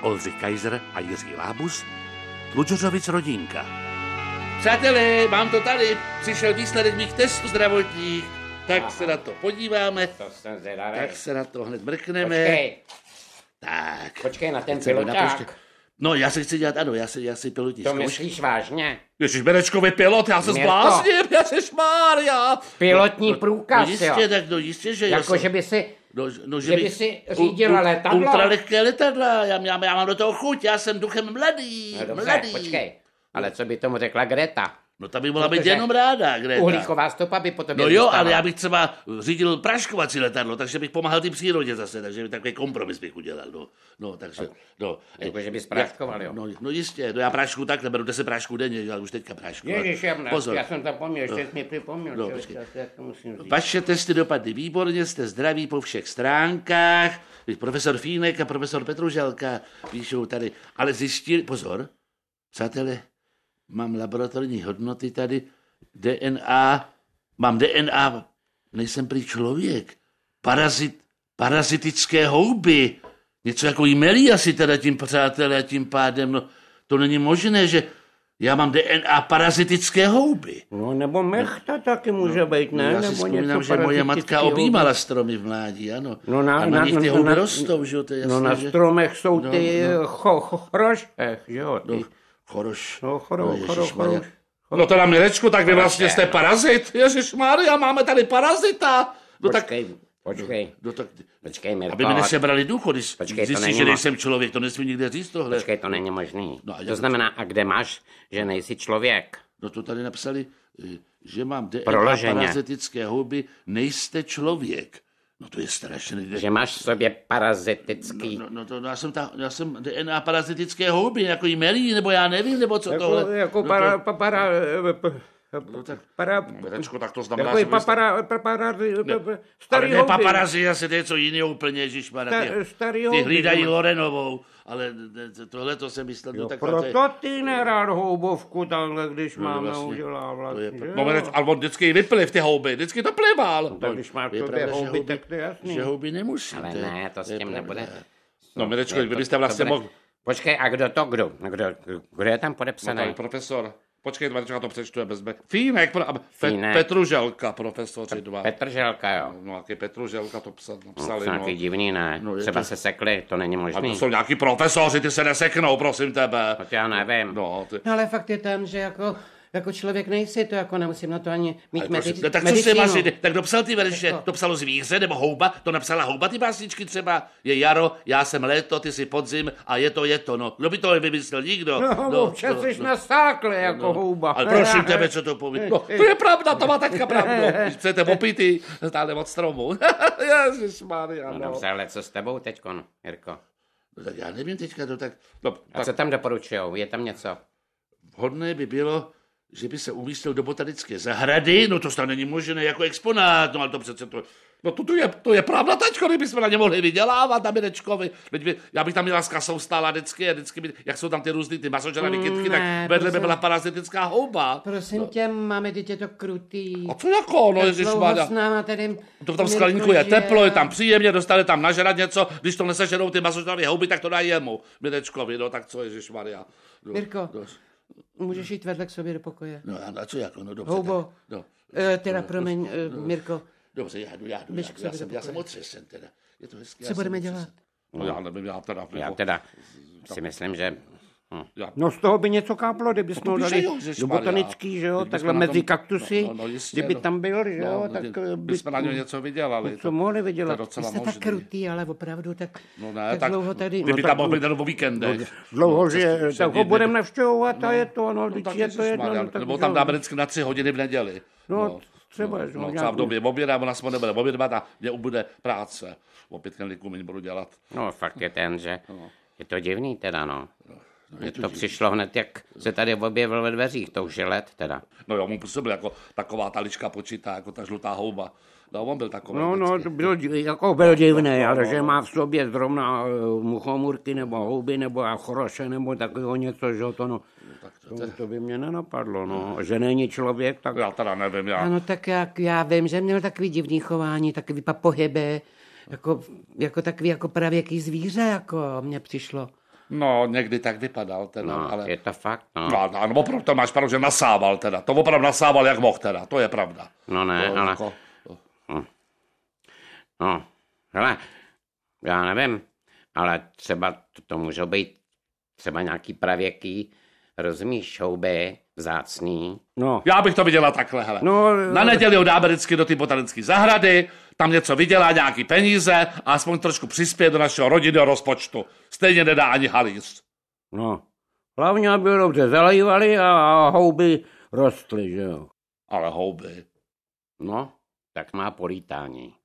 Oldřich Kaiser a Jiří Lábus, Tlučořovic rodinka. Přátelé, mám to tady. Přišel výsledek mých testů zdravotních. Tak Aha. se na to podíváme. To jsem zvědavý. Tak se na to hned mrkneme. Počkej, Tak. počkej na ten Teď se jdu piloták. napoště- No, já se chci dělat, ano, já si, já si pilotní To zkoušky. myslíš vážně? Ježíš, Berečkovi pilot, já se Mirko. zbláznil, ježiš já. Pilotní no, průkaz, jo. jistě, tak no jistě, že Jako, jsem- že by si... No, ž- no, že, že bych- by si řídila letadla? Ultralehké letadla, já, já, já, mám do toho chuť, já jsem duchem mladý, No dobře, mladý. počkej. Ale co by tomu řekla Greta? No ta by mohla být Protože jenom ráda, Greta. Uhlíková stopa by potom No jo, ale já bych třeba řídil praškovací letadlo, takže bych pomáhal té přírodě zase, takže by takový kompromis bych udělal. No, no takže, no. Jako, že bys Já- práškoval, jo. No, no jistě, no já prášku tak, neberu 10 prášků denně, já už teďka prášku. ale Ježiš, já, Pozor, já jsem tam poměl, že jsi mi připomněl. No, No, počkej. No, já to musím říct. Vaše testy dopadly výborně, jste zdraví po všech stránkách. Profesor Fínek a profesor Petruželka píšou tady, ale zjistili, pozor, přátelé, mám laboratorní hodnoty tady, DNA, mám DNA, nejsem prý člověk, parazit, parazitické houby, něco jako jmelí asi teda tím přátelé, tím pádem, no to není možné, že já mám DNA parazitické houby. No nebo mechta taky může být, ne? No, Já si nebo vzpomínám, něco že moje matka parazitického. objímala stromy v mládí, ano. No na- a na, na- nich ty no houby na- rostou, že jo, to je jasné, No na že... stromech jsou No, ty no. no, cho, cho, chrošech, že jo? Ty. Choroš. No, choro, choro, ježišmarja. choro. No teda Mirečku, tak vy vlastně jste parazit. Ježíš Maria, máme tady parazita. No tak, Počkej, počkej, no tak, počkej, Mirko. aby mi nesebrali duchu, když Počkej, to zjistí, není že mo- nejsem člověk, to nesmí nikde říct tohle. Počkej, to není možný. No a jak- to znamená, a kde máš, že nejsi člověk? No to tady napsali, eh, že mám DNA Proloženě. parazitické houby, nejste člověk. No to je strašné. Že máš v sobě parazitický... No, no to no, já jsem, ta, já jsem DNA parazitické houby, jako jmelí, nebo já nevím, nebo co Jako, tohle. jako no para... pa- para... eh, p- tak- Para... Berečko, tak to znamená, Takový že vy jste- papara... papara... ale Starý ne hobby. paparazi, zase to je co jiného úplně, ježíš Sta- starý Ty houby, hlídají no. Lorenovou, ale ne, ne, tohle to jsem myslel. No, tak to je- Proto ty nerad houbovku takhle, když máma vlastně, udělá to vlastně. je že pr- jo? No, ale- ale on vždycky vypliv ty houby, vždycky to plival. Tak když máš je v sobě pravda, že houby, houby- tak to je jasný. Že houby nemusí. Ale je- ne, to s je tím pravda. nebude. No, Mirečko, vy byste vlastně To bude- mohl... Počkej, a kdo to, kdo? Kdo, kdo je tam No, podepsaný? tady profesor. Počkej, Mirečko, já to přečtu, bez me... Fínek, pro... a Pe- Fínek. Petruželka, profesoři dva. Petr Želka, jo. No, jaký Petruželka to psa- To napsali, jsou no. nějaký divný, ne? No, je Třeba to- se sekli, to není A to možný. jsou nějaký profesoři, ty se neseknou, prosím tebe. To já nevím. No, ty... No ale fakt je tam, že jako, jako člověk nejsi, to jako nemusím na to ani mít Ale medici- prosím, no, tak co jste medicínu. Jako- vás, tak dopsal ty verše, to psalo zvíře nebo houba, to napsala houba ty básničky třeba, je jaro, já jsem léto, ty jsi podzim a je to, je to, no. Kdo by to vymyslel, nikdo. No, občas jsi na sákle jako houba. Ale prosím tebe, co to poví. No, to je pravda, to má teďka pravdu. Když chcete popity, stále od stromu. Ježišmarja, No no. dobře, ale co s tebou teďkon, Jirko? No, tak já nevím teďka, to tak No, A tak co tam doporučujou? Je tam něco? vhodné by bylo, že by se umístil do botanické zahrady, no to snad není možné jako exponát, no ale to přece to, No to, to, je, to je pravda teďko, kdybychom na ně mohli vydělávat, na Mirečkovi. Teď by, já bych tam měla s kasou stála vždycky, a vždycky by, jak jsou tam ty různý ty masožrané Mm, kytky, ne, tak vedle by prosím. byla parazitická houba. Prosím tě, máme dítě to krutý. A co jako, no ježišmarja. náma tady... To tam v skleníku je teplo, je tam příjemně, dostali tam nažrat něco, když to nesežerou ty masožravé houby, tak to dají jemu, Mirečkovi, no tak co ježišmarja. No, Mirko. no, Můžeš jít vedle k sobě do pokoje. no a- a co jako, no dobře. Houbo. tak, no, E, teda promiň, no, e, Mirko, dobře, já jdu, já jdu, já, Běž k jdu, já, sobě jsem, do já jsem pokoje. otřesen teda. Je to hezké, co budeme dělat? no, já nevím, já teda, Já teda si myslím, že... Hm. No. Já- No, No z toho by něco káplo, kdyby jsme ho píše, dali jo, Ježišmarja. do botanický, že jo, Kdyby takhle jsme na mezi tom- kaktusy, no, no, no, jistě, kdyby no. tam byl, že jo, no, tak by, eh, by... bychom na něj něco vydělali. Co to- mohli To je vydělat? docela Jste možný. tak krutý, ale opravdu, tak, No ne, tak, tak, dlouho tady... Kdyby no, tam tak mohl být jenom o víkendech. Dlouho No, žije, přes- před tak ho jedny- budeme navštěvovat a je to, no, No, vždyť tak je to jedno. ježišmarja, no, tak Nebo že tam jo. dáme vždycky na tři hodiny v neděli. No, třeba, že no, jo, no, třeba v nějak- době oběda, ona se budeme obědvat a mě ubude práce. Opět ten likumin budu dělat. No, fakt je ten, že je to divný teda, no. Je to přišlo hned, jak se tady objevil ve dveřích, to už je let teda. No jo, on prostě působil jako taková ta lička počítá, jako ta žlutá houba. No, on byl takový. No, no, vždycky. to bylo, div- jako bylo divné, ale že má v sobě zrovna eh, muchomurky nebo houby nebo a choroše nebo takového něco, že jo, to no. To, to by mě nenapadlo, no. Že není člověk, tak... Já teda nevím, já. Ano, tak jak já vím, že měl takový divný chování, takový pa pohyby, jako, jako takový jako pravěký zvíře, jako mně přišlo. No, někdy tak vypadal teda, No, no, ale... je to fakt, no. No, no, no, opravdu to máš pravdu, že nasával teda. To opravdu nasával, jak mohl teda, to je pravda. No ne, To ale... jako- Hm. No, hele, já nevím, ale třeba to, to můžou být třeba nějaký pravěký, rozumíš, šouby, vzácný. No. Já bych to viděla takhle, hele. No, Na neděli ho dáme vždycky do ty botanické zahrady, tam něco vydělá, nějaký peníze a aspoň trošku přispěje do našeho rodinného rozpočtu. Stejně nedá ani halíř. no. Hlavně, aby ho dobře zalejvali a, a houby rostly, že jo. Ale houby. No, tak má polítání.